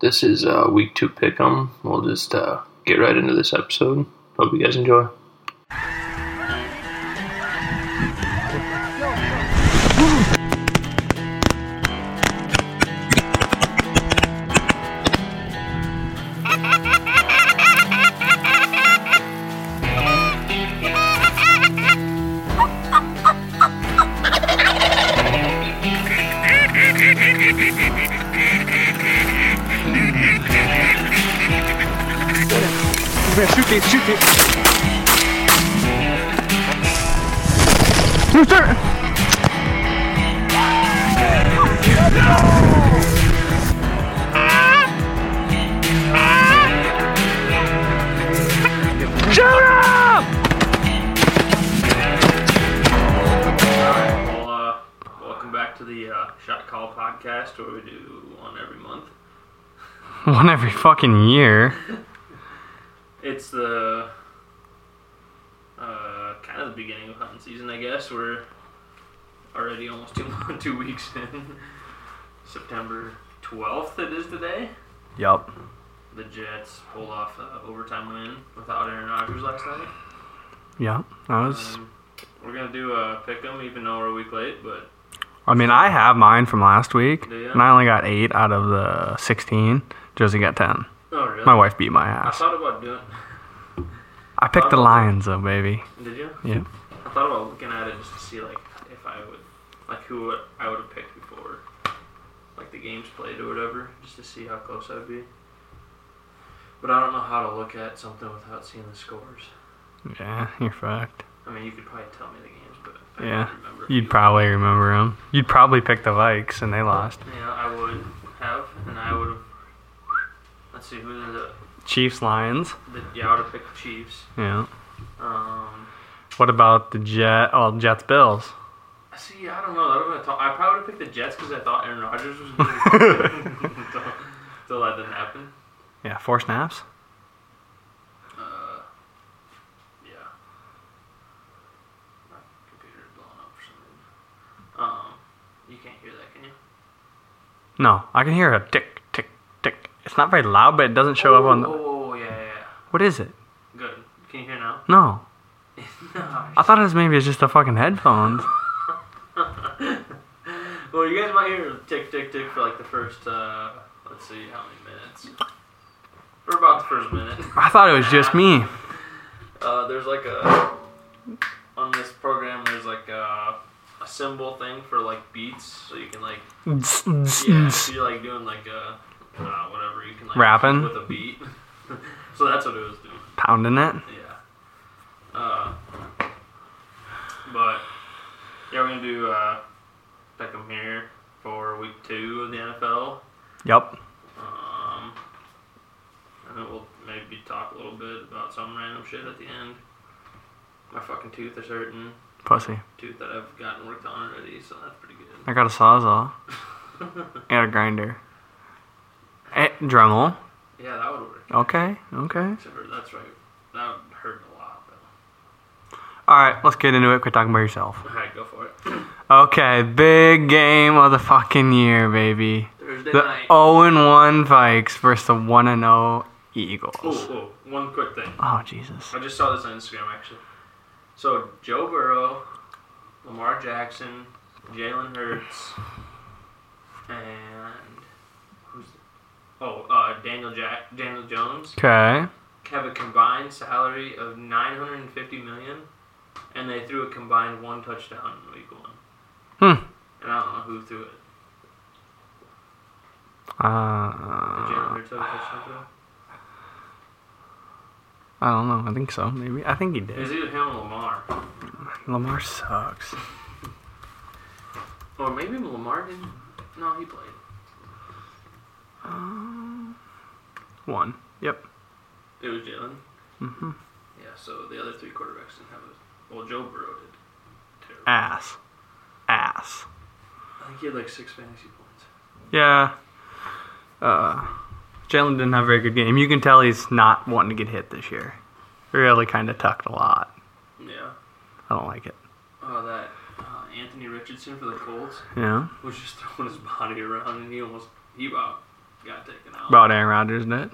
This is uh, week two pick 'em. We'll just uh, get right into this episode. Hope you guys enjoy. Man, shoot this, shoot this. Well, uh, welcome back to the uh, Shot Call podcast, where we do one every month. One every fucking year. It's the uh, kind of the beginning of hunting season, I guess. We're already almost two two weeks in. September twelfth, it is today. Yup. The Jets pulled off an overtime win without Aaron Rodgers last night. Yup. I was. Um, we're gonna do a pick 'em, even though we're a week late, but I mean, I have mine from last week, Do ya? and I only got eight out of the sixteen. Josie got ten. oh really? My wife beat my I ass. thought about doing. I picked the Lions though, baby. Did you? Yeah. I thought about looking at it just to see like if I would, like who I would have picked before, like the games played or whatever, just to see how close I'd be. But I don't know how to look at something without seeing the scores. Yeah, you're fucked. I mean, you could probably tell me the games, but I Yeah. don't remember. You'd probably remember them. You'd probably pick the Vikes, and they lost. Yeah, I would have, and I would have. Let's see who the, Chiefs, Lions. the yeah I would have picked the Chiefs. Yeah. Um, What about the Jet? Oh, Jets, Bills. see, I don't know. That would've been tough. I probably would have picked the Jets because I thought Aaron Rodgers was going to be Until that didn't happen. Yeah, four snaps. Uh, yeah. My computer's blowing up for some reason. Um, you can't hear that, can you? No, I can hear a tick, tick, tick. It's not very loud, but it doesn't show up on Oh, the. oh, oh, yeah, yeah, yeah. What is it? Good. Can you hear now? No. I nice. thought it was maybe it's just the fucking headphones. Well, you guys might hear tick, tick, tick for like the first, uh, let's see how many minutes. For about the first minute. I thought it was just me. Uh, there's like a on this program. There's like a, a symbol thing for like beats, so you can like Mm. yeah, if you're like doing like a uh, whatever you can like Rapping? with a beat. so that's what it was doing. Pounding it. Yeah. Uh, but yeah, we're gonna do uh, pick 'em here for week two of the NFL. Yup. Um, and then we'll maybe talk a little bit about some random shit at the end. My fucking tooth is hurting. Pussy. Tooth that I've gotten worked on already, so that's pretty good. I got a sawzall and a grinder. Eh, Dremel. Yeah, that would work. Okay. Okay. Except for that's right. That would hurt a lot, though. All right. Let's get into it. Quit talking about yourself. Alright, go for it. Okay. Big game of the fucking year, baby. Thursday The night. Oh. 0 and 1 Vikes versus the 1 and 0 Eagles. oh, one quick thing. Oh Jesus. I just saw this on Instagram, actually. So, Joe Burrow, Lamar Jackson, Jalen Hurts, and who's oh uh, Daniel Jack Daniel Jones Okay. have a combined salary of 950 million, and they threw a combined one touchdown in week one. Hmm. And I don't know who threw it. Did Jalen Uh, Hurts have a touchdown throw? I don't know. I think so. Maybe. I think he It was did. either him or Lamar, Lamar sucks. or maybe Lamar didn't. No, he played. Uh, One. Yep. It was Jalen. hmm Yeah, so the other three quarterbacks didn't have a. Well, Joe Burrow did. Terrible. Ass. Ass. I think he had like six fantasy points. Yeah. Uh, Jalen didn't have a very good game. You can tell he's not wanting to get hit this year. Really kind of tucked a lot. Yeah. I don't like it. Oh, that uh, Anthony Richardson for the Colts Yeah. was just throwing his body around and he almost he about got taken out. About Aaron Rodgers, isn't it?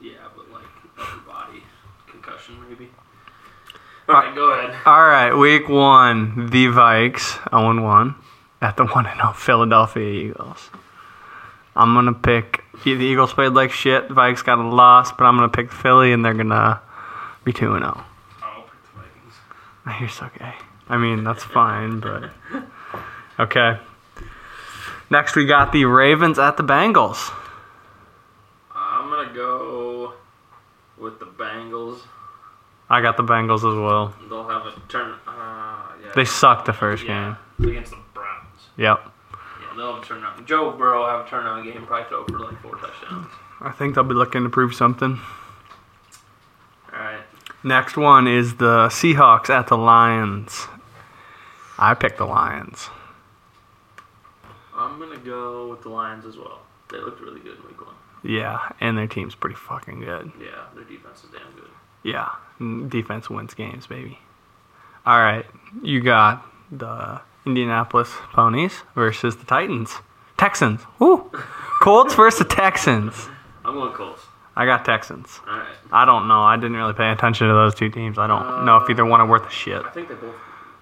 Yeah, but like upper body concussion maybe. All right, go ahead. All right, week one, the Vikes, 0 1 at the 1 0 Philadelphia Eagles. I'm going to pick. The Eagles played like shit. The Vikes got a loss, but I'm going to pick Philly, and they're going to be 2 0. I'll pick the Vikings. Ah, You're so gay. I mean, that's fine, but. Okay. Next, we got the Ravens at the Bengals. I'm gonna go with the Bengals. I got the Bengals as well. They'll have a turn. Uh, yeah. They sucked the first yeah, game. against the Browns. Yep. Yeah, they'll have a turnaround. Joe Burrow will have a turnaround game, probably throw for like four touchdowns. I think they'll be looking to prove something. All right. Next one is the Seahawks at the Lions. I picked the Lions. I'm gonna go with the Lions as well. They looked really good in week one. Yeah, and their team's pretty fucking good. Yeah, their defense is damn good. Yeah, n- defense wins games, baby. All right, you got the Indianapolis Ponies versus the Titans. Texans. Woo! Colts versus the Texans. I'm going Colts. I got Texans. All right. I don't know. I didn't really pay attention to those two teams. I don't know if either one are worth a shit. I think they both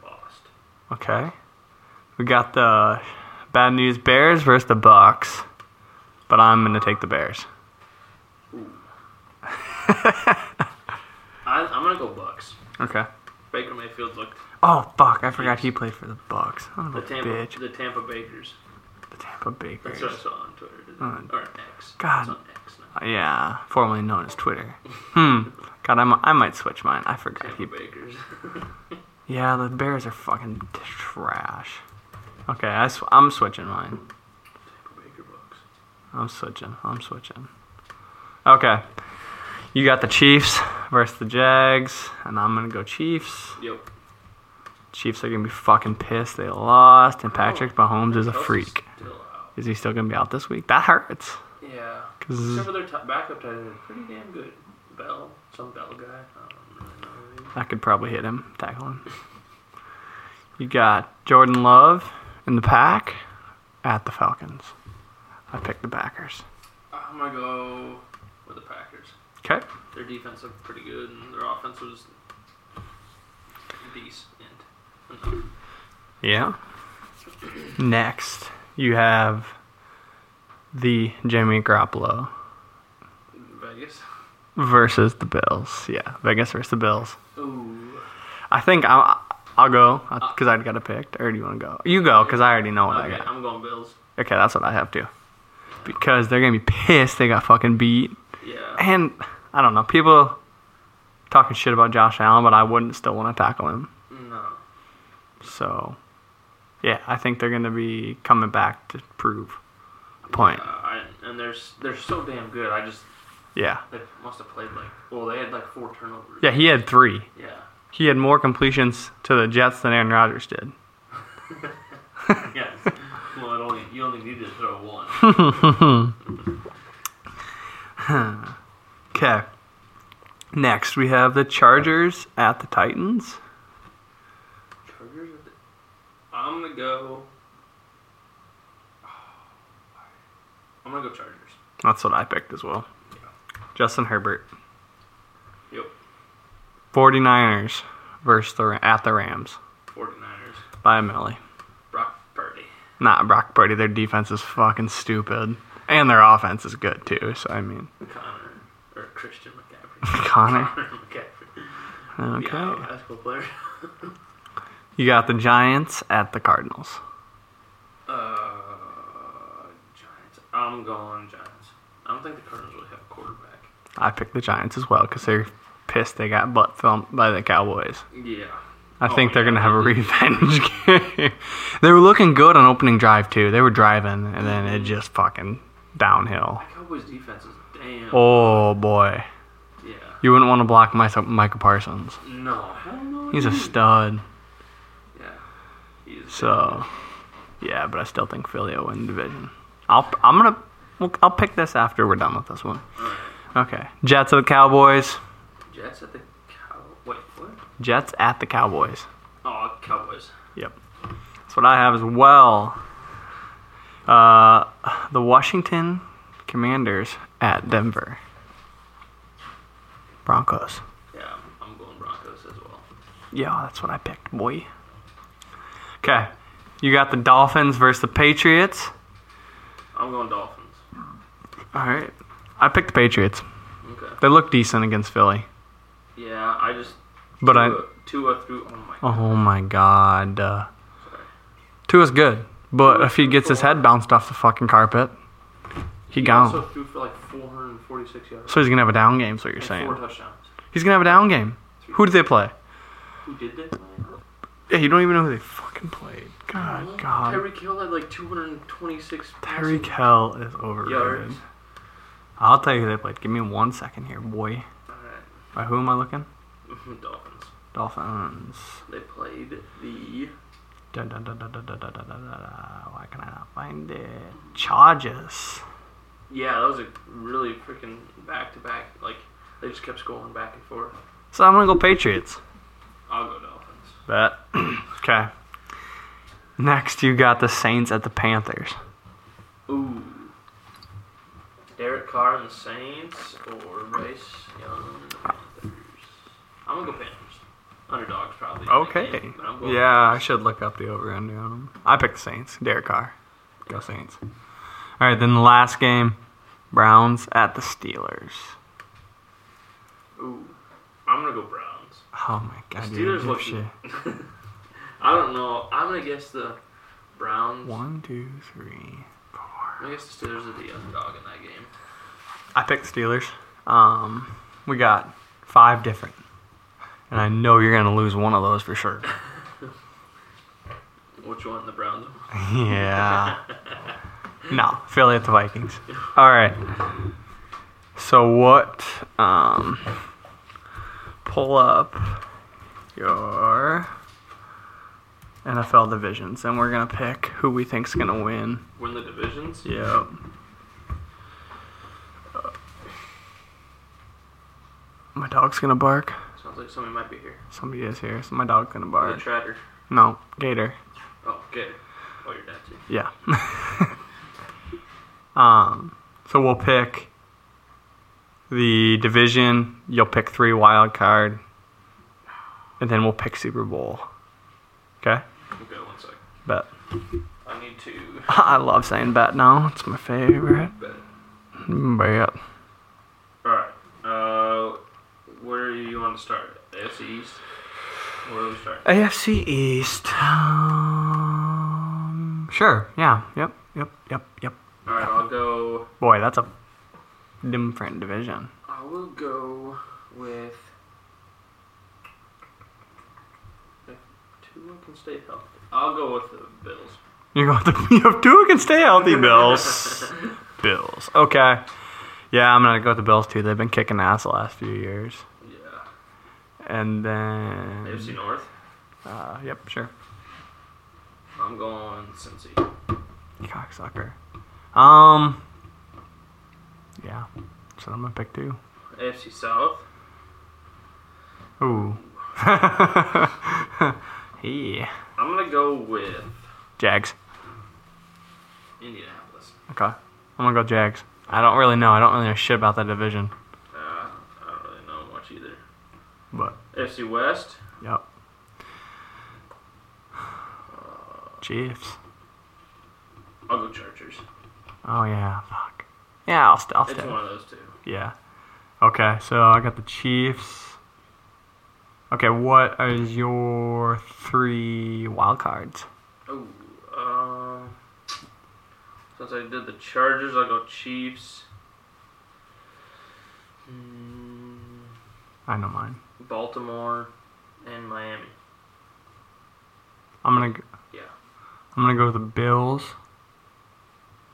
lost. Okay. We got the bad news Bears versus the Bucks, but I'm gonna take the Bears. I, I'm gonna go Bucks. Okay. Baker Mayfield looked Oh fuck! I forgot he played for the Bucks. Son of the a Tampa Oh, bitch. the Tampa Bakers. The Tampa Bakers. That's what I saw on Twitter today. Mm. or X. God. It's on X now. Uh, Yeah, formerly known as Twitter. Hmm. God, I mi- I might switch mine. I forgot Tampa he. Bakers. Yeah, the Bears are fucking trash. Okay, I sw- I'm switching mine. Baker Bucks. I'm switching. I'm switching. Okay. You got the Chiefs versus the Jags, and I'm gonna go Chiefs. Yep. Chiefs are gonna be fucking pissed. They lost, and Patrick Oh, Mahomes is a Kelsey's freak. Still out. Is he still gonna be out this week? That hurts. Yeah. 'Cause- Except for their t- backup tight end, pretty damn good. Bell, some Bell guy. I don't really know. who he is. That could probably hit him, tackle him. You got Jordan Love in the pack at the Falcons. I picked the backers. I'm gonna go with the Packers. Okay. Their defense looked pretty good, and their offense was decent. enough. Yeah. Next, you have the Jimmy Garoppolo uh, Vegas. versus the Bills. Yeah, Vegas versus the Bills. Ooh. I think I'll, I'll go because I've got a pick. Or do you want to go? You go because I already know what I Okay, got. I'm going Bills. Okay, that's what I have to. Because they're gonna be pissed. They got fucking beat. Yeah. And I don't know. People talking shit about Josh Allen, but I wouldn't still want to tackle him. No. So, yeah, I think they're gonna be coming back to prove a point. Uh, I, and they're s- they're so damn good. I just Yeah. they must have played like well they had like four turnovers. Yeah, he had three. Yeah. He had more completions to the Jets than Aaron Rodgers did. Yes. well, it only, you only need to throw one. Okay. Next, we have the Chargers at the Titans. Chargers. are the- I'm gonna go. oh, I'm gonna go Chargers. That's what I picked as well. Justin Herbert. Yep. 49ers versus the Ra- at the Rams 49ers. by a milli. Brock Purdy. Not Brock Purdy. Their defense is fucking stupid, and their offense is good too. So I mean, Connor or Christian McCaffrey. Connor. Connor McCaffrey. Okay. Yeah, basketball player. You got the Giants at the Cardinals. Uh, Giants. I'm going Giants. I don't think the Cardinals really have a quarterback. I picked the Giants as well because they're pissed they got butt thumped by the Cowboys. Yeah. I Oh, think they're yeah, gonna have a they revenge game. they were looking good on opening drive too. They were driving and then it just fucking downhill. Cowboys defense is damn. Oh boy, Yeah. you wouldn't want to block my, Michael Parsons. No. Hell no. He's a dude. stud. Yeah. He's So, yeah, but I still think Philly will win the division. I'll I'm gonna we'll, I'll pick this after we're done with this one. Alright. Okay, Jets at the Cowboys. Jets at the Cow. Wait, what? Jets at the Cowboys. Oh, Cowboys. Yep. That's what I have as well. Uh, the Washington Commanders at Denver. Broncos. Yeah, I'm, I'm going Broncos as well. Yeah, that's what I picked, boy. Okay. You got the Dolphins versus the Patriots. I'm going Dolphins. All right. I picked the Patriots. Okay. They look decent against Philly. Yeah, I just. But I. Tua, Tua through. Oh my. Oh my god. Uh, Sorry. Tua's good. But if he gets his head bounced off the fucking carpet, he also gone. threw for like 446 yards. So he's going to have a down game, is what you're and saying. Four touchdowns. He's going to have a down game. Who did they play? Who did they play? Yeah, you don't even know who they fucking played. God, God. Tyreek Hill had like 226 Tyreek passing Hill is overrated. yards. I'll tell you who they played. Give me one second here, boy. Alright. By who am I looking? Dolphins. Dolphins. They played the. Dun, dun, dun, dun, dun, dun, dun, dun, dun, dun. Why can I not find it? Chargers. Yeah, that was a really freaking back to back. Like, they just kept scoring back and forth. So I'm gonna go Patriots. I'll go Dolphins. Bet. okay. Next, you got the Saints at the Panthers. Ooh. Derek Carr and the Saints or Bryce Young and the Panthers? I'm going to go Panthers. Underdogs, probably. in that game, but I'm going Yeah, I Panthers. should look up the over under on them. I picked the Saints. Derek Carr. Go Saints. All right, then the last game, Browns at the Steelers. Ooh. I'm going to go Browns. Oh my god, Steelers you're a look. dipshit. I don't know. I'm gonna guess the Browns. One, two, three, I'm four. gonna guess the Steelers are the underdog in that game. I picked the Steelers. Um, we got five different, and I know you're gonna lose one of those for sure. Which one? The Browns. yeah. No, Philly at the Vikings. All right. So what? Um, pull up your NFL divisions, and we're gonna pick who we think's gonna win. Win the divisions. Yeah. My dog's gonna bark. Sounds like somebody might be here. Somebody is here, so my dog's gonna Or the bark. Tracker. No, gator. Oh, good. Oh, your dad too. Yeah. um, so we'll pick the division. You'll pick three wild card, and then we'll pick Super Bowl. Okay, Okay, one sec. bet. I need to I love saying bet now. It's my favorite. bet. Bet. All right. Uh, where do you want to start? AFC East. Where do we start? AFC East. Um, sure. Yeah. Yep. Yep. Yep. Yep. All right, I'll go. Boy, that's a different division. I will go with. If Tua can stay healthy, I'll go with the Bills. You're going to you have two who can stay healthy, Bills. Bills. Okay. Yeah, I'm gonna go with the Bills too. They've been kicking ass the last few years. Yeah. And AFC then North. uh, yep, sure. I'm going Cincy. Cocksucker. Um Yeah. So I'm gonna pick two. AFC South. Ooh. yeah. I'm gonna go with Jags. Indianapolis. Okay. I'm gonna go Jags. I don't really know. I don't really know shit about that division. Uh, I don't really know much either. But AFC West. yep. Chiefs. I'll go Chargers. Oh yeah, fuck. Yeah, I'll, st- I'll It's stay. one of those two. Yeah. Okay, so I got the Chiefs. Okay, what is your three wild cards? Oh, um, since I did the Chargers, I'll go Chiefs. Mm, I know mine. Baltimore and Miami. I'm gonna. g- Yeah. I'm gonna go with the Bills.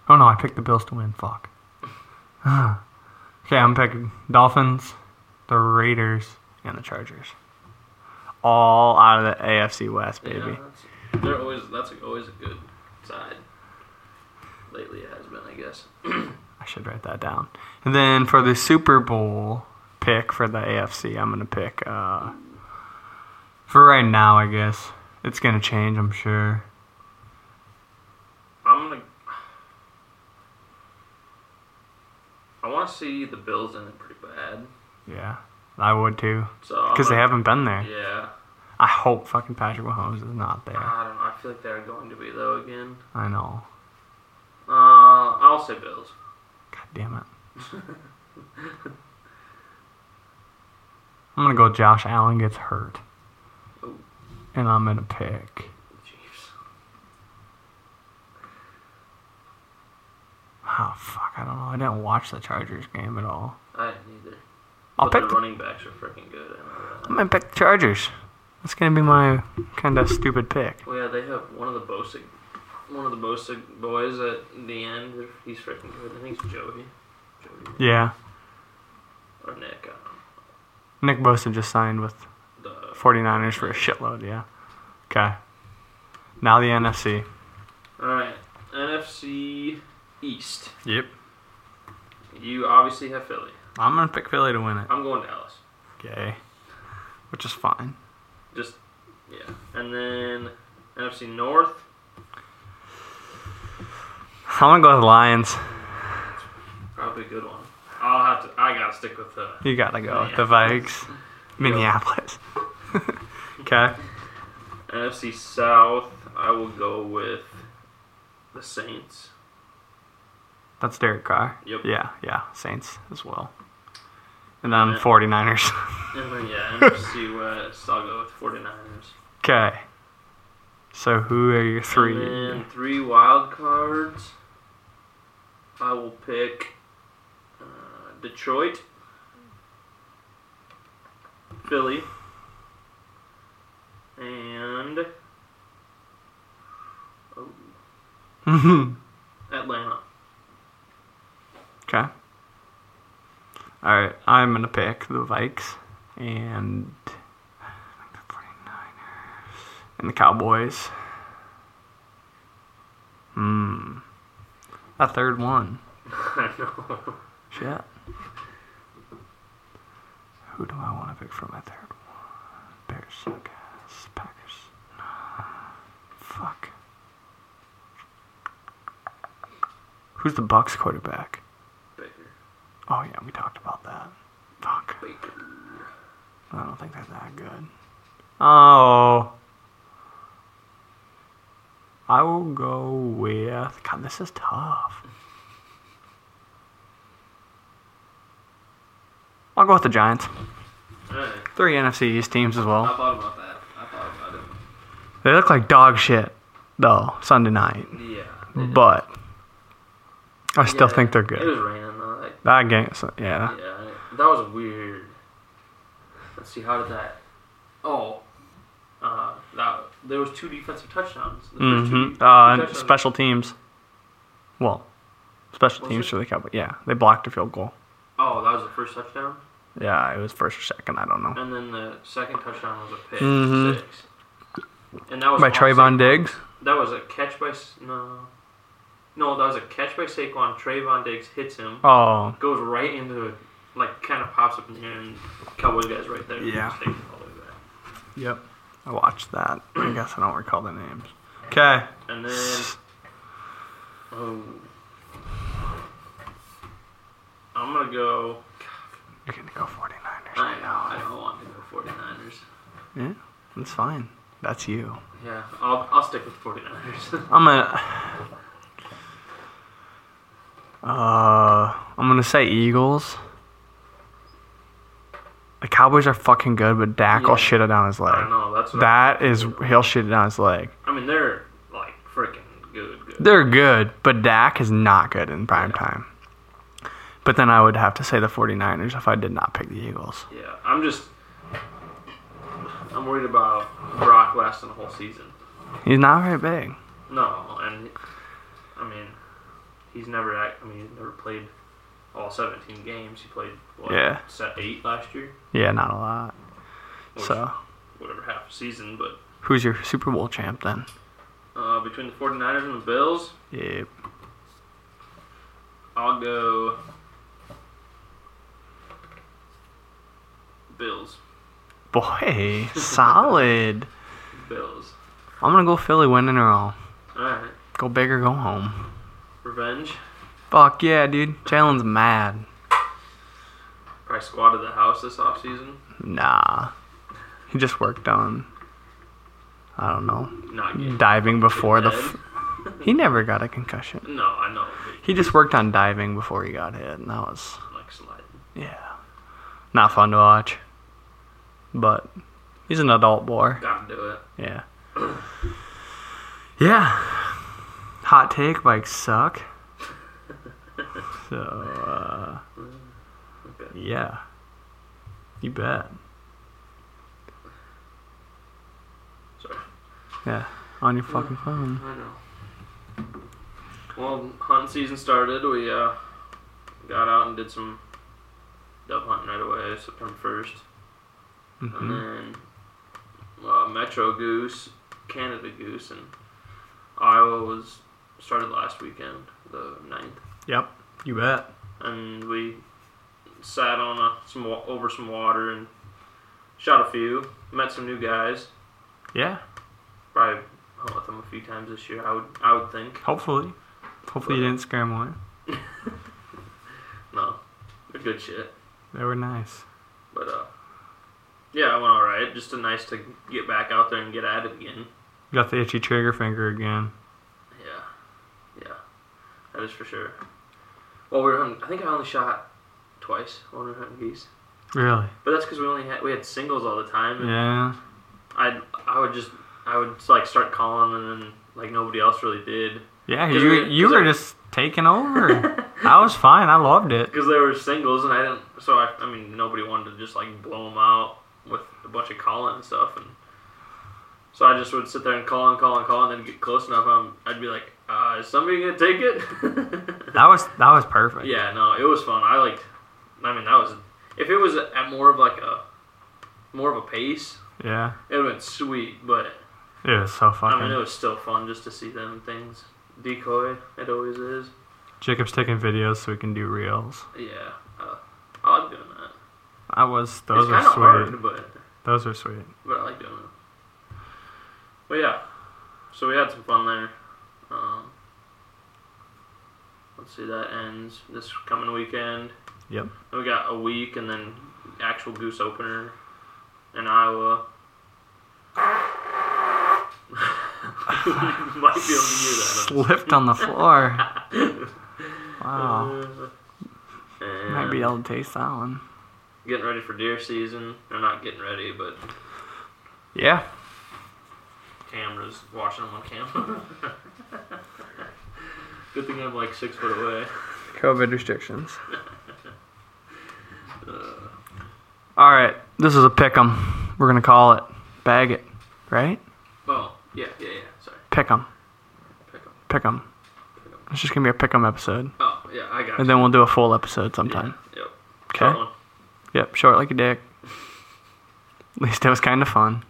Oh no, I picked the Bills to win. Fuck. okay, I'm picking Dolphins, the Raiders, and the Chargers. All out of the AFC West, baby. Yeah, that's, they're always that's always a good side. Lately, it has been, I guess. I should write that down. And then for the Super Bowl pick for the AFC, I'm gonna pick. Uh, for right now, I guess it's gonna change. I'm sure. I'm gonna. want to see the Bills in it pretty bad. Yeah, I would too. So I'm Because they gonna- haven't been there. Yeah. I hope fucking Patrick Mahomes is not there. I don't know. I feel like they're going to be though again. I know. Uh, I'll say Bills. God damn it. I'm gonna go Josh Allen gets hurt. Ooh. And I'm gonna pick. Chiefs. Oh fuck, I don't know. I didn't watch the Chargers game at all. I didn't either. I'll but pick their the, running backs are freaking good. I know that. I'm gonna pick the Chargers. That's gonna be my kinda stupid pick. Well, yeah, they have one of the Bosick, one of the Bosick boys at the end. They're- He's freaking good. I think it's Joey, Jody Yeah. or Nick. Um, Nick Bosa just signed with the 49ers for a shitload, yeah. Okay. Now the NFC. all right, NFC East. Yep. You obviously have Philly. I'm gonna pick Philly to win it. I'm going Dallas. Okay. Which is fine. Just yeah, and then NFC North. I'm gonna go with the Lions. Probably a good one. I'll have to. I gotta stick with uh, the. You gotta go with the Minneapolis. Vikes. Minneapolis. okay. NFC South, I will go with the Saints. That's Derek Carr. Yep. Yeah, yeah. Saints as well. And then Yeah. 49ers. And then, yeah, NFC West, I'll go with 49ers. Okay. So who are your three? And then three wild cards. I will pick uh, Detroit, Philly, and oh, Atlanta. okay. All right. I'm going to pick the Vikes and the 49ers and the Cowboys. Hmm. A third one. I know. Shit. Who do I want to pick for my third one? Bears, Packers, Packers. Fuck. Who's the Bucks quarterback? Baker. Oh yeah, we talked about that. Fuck. Baker. I don't think they're that good. Oh. I will go with. God, this is tough. I'll go with the Giants. All right. Three NFC East teams as I well. thought about that. I thought about it. They look like dog shit, though, Sunday night. Yeah. But I still Mm-hmm. Yeah, think they're It good. was raining though. Like, That game, so, yeah. yeah, that was weird. Let's see, how did that? Oh, uh, that there was two defensive touchdowns. The first two Mm-hmm. two Uh, and touchdowns. special teams. Well, special Was teams it? for the Cowboys. Yeah, they blocked a field goal. Oh, that was the first touchdown, Yeah, it was first or second. I don't know. and then the second touchdown was a pick Mhm. six, and that was By on Trayvon Saquon. Diggs. That was a catch by S- no, no, that was a catch by Saquon. Trayvon Diggs hits him, Oh, goes right into like kind of pops up in the air, and Cowboys guys right there. Yeah. Takes it all the way back. yep. I watched that. I guess I don't recall the names. Okay. And then Oh. I'm gonna go. You're gonna go 49ers. I know. I don't want to go 49ers. That's fine. That's you. Yeah, I'll, I'll stick with 49ers. I'm gonna. Uh, I'm gonna say Eagles. The Cowboys are fucking good, but Dak Yeah. will shit it down his I don't leg. know. That's what That is, he'll shit it down his leg. I, I mean, they're like freaking good. good. They're good, but Dak is not good in prime time. But then I would have to say the 49ers if I did not pick the Eagles. Yeah, I'm just. I'm worried about Brock lasting the whole season. He's not very big. No, and I mean, he's never. act- I mean, he's never played all 17 games. He played what? Yeah. Set eight last year. Yeah, not a lot. Which, So, whatever half a season, but who's your Super Bowl champ then? uh, between the 49ers and the Bills, Yep. I'll go Bills. Boy, solid. Bills. I'm going to go Philly winning or all. Alright. Go big or go home. Revenge. Fuck yeah, dude. Jalen's mad. Probably squatted the house this off season. Nah. He just worked on, I don't know, Not getting diving before Mm. the. dead. F- he never got a concussion. No, I know. but, He just worked on diving before he got hit, and that was, Like sliding. yeah, not fun to watch. But he's an adult boy. Gotta do it. Yeah. Yeah. Hot take bikes suck. So, uh, Okay. yeah. You bet. Sorry. Yeah. On your fucking phone. I know. Well, hunting season started. We uh, got out and did some dove hunting right away, September 1st. And hmm then uh, Metro Goose, Canada Goose, and Iowa was started last weekend, the 9th. Yep. You bet. and we sat on a, some wa- over some water and shot a few. Met some new guys. Yeah. Probably hung with them a few times this year. I would I would think. Hopefully. Hopefully you didn't scare them away. No, they're good shit. They were nice. But uh, yeah, it went all right. Just a nice to get back out there and get at it again. Got the itchy trigger finger again. Yeah, yeah, that is for sure. Well, we were hunting, I think I only shot twice when we were hunting geese. Really? But that's because we only had we had singles all the time. and Yeah. I I would just I would like start calling and then like nobody else really did Yeah. Cause You we- you cause were I- just taking over. I was fine. I loved it. because they were singles and I didn't. So I I mean nobody wanted to just like blow them out with a bunch of calling and stuff and so I just would sit there and call and call and call and then get close enough. Um, I'd be like, uh, is somebody gonna take it? That was that was perfect. yeah, no, it was fun. I liked. I mean, that was if it was at more of like a more of a pace, Yeah. it would have been sweet, but. It was so fucking. I mean, it was still fun just to see them things. Decoy, it always is. Jacob's taking videos so we can do reels. Yeah, uh, I like doing that. I was. Those it's are kind of sweet. hard, but Those are sweet. but I like doing it. But yeah, so we had some fun there. Um, let's see, that ends this coming weekend. Yep. And we got a week, and then actual goose opener in Iowa. you might be able to hear that. huh? Slipped on the floor. Wow. Uh, and Might be able to taste that one. getting ready for deer season. They're not getting ready, but Yeah. cameras watching them on camera. Good thing I'm like six foot away. COVID restrictions. Uh, All right. This is a pick 'em. We're gonna call it. Bag it. Right? oh yeah, yeah, yeah. Sorry, Pick 'em. pick 'em, Pick 'em. pick 'em. It's just gonna be a pick 'em episode, Oh yeah, I got. and you. then we'll do a full episode sometime. Yeah, yep. Okay. Short one. Yep. Short like a dick. At least it was kind of fun.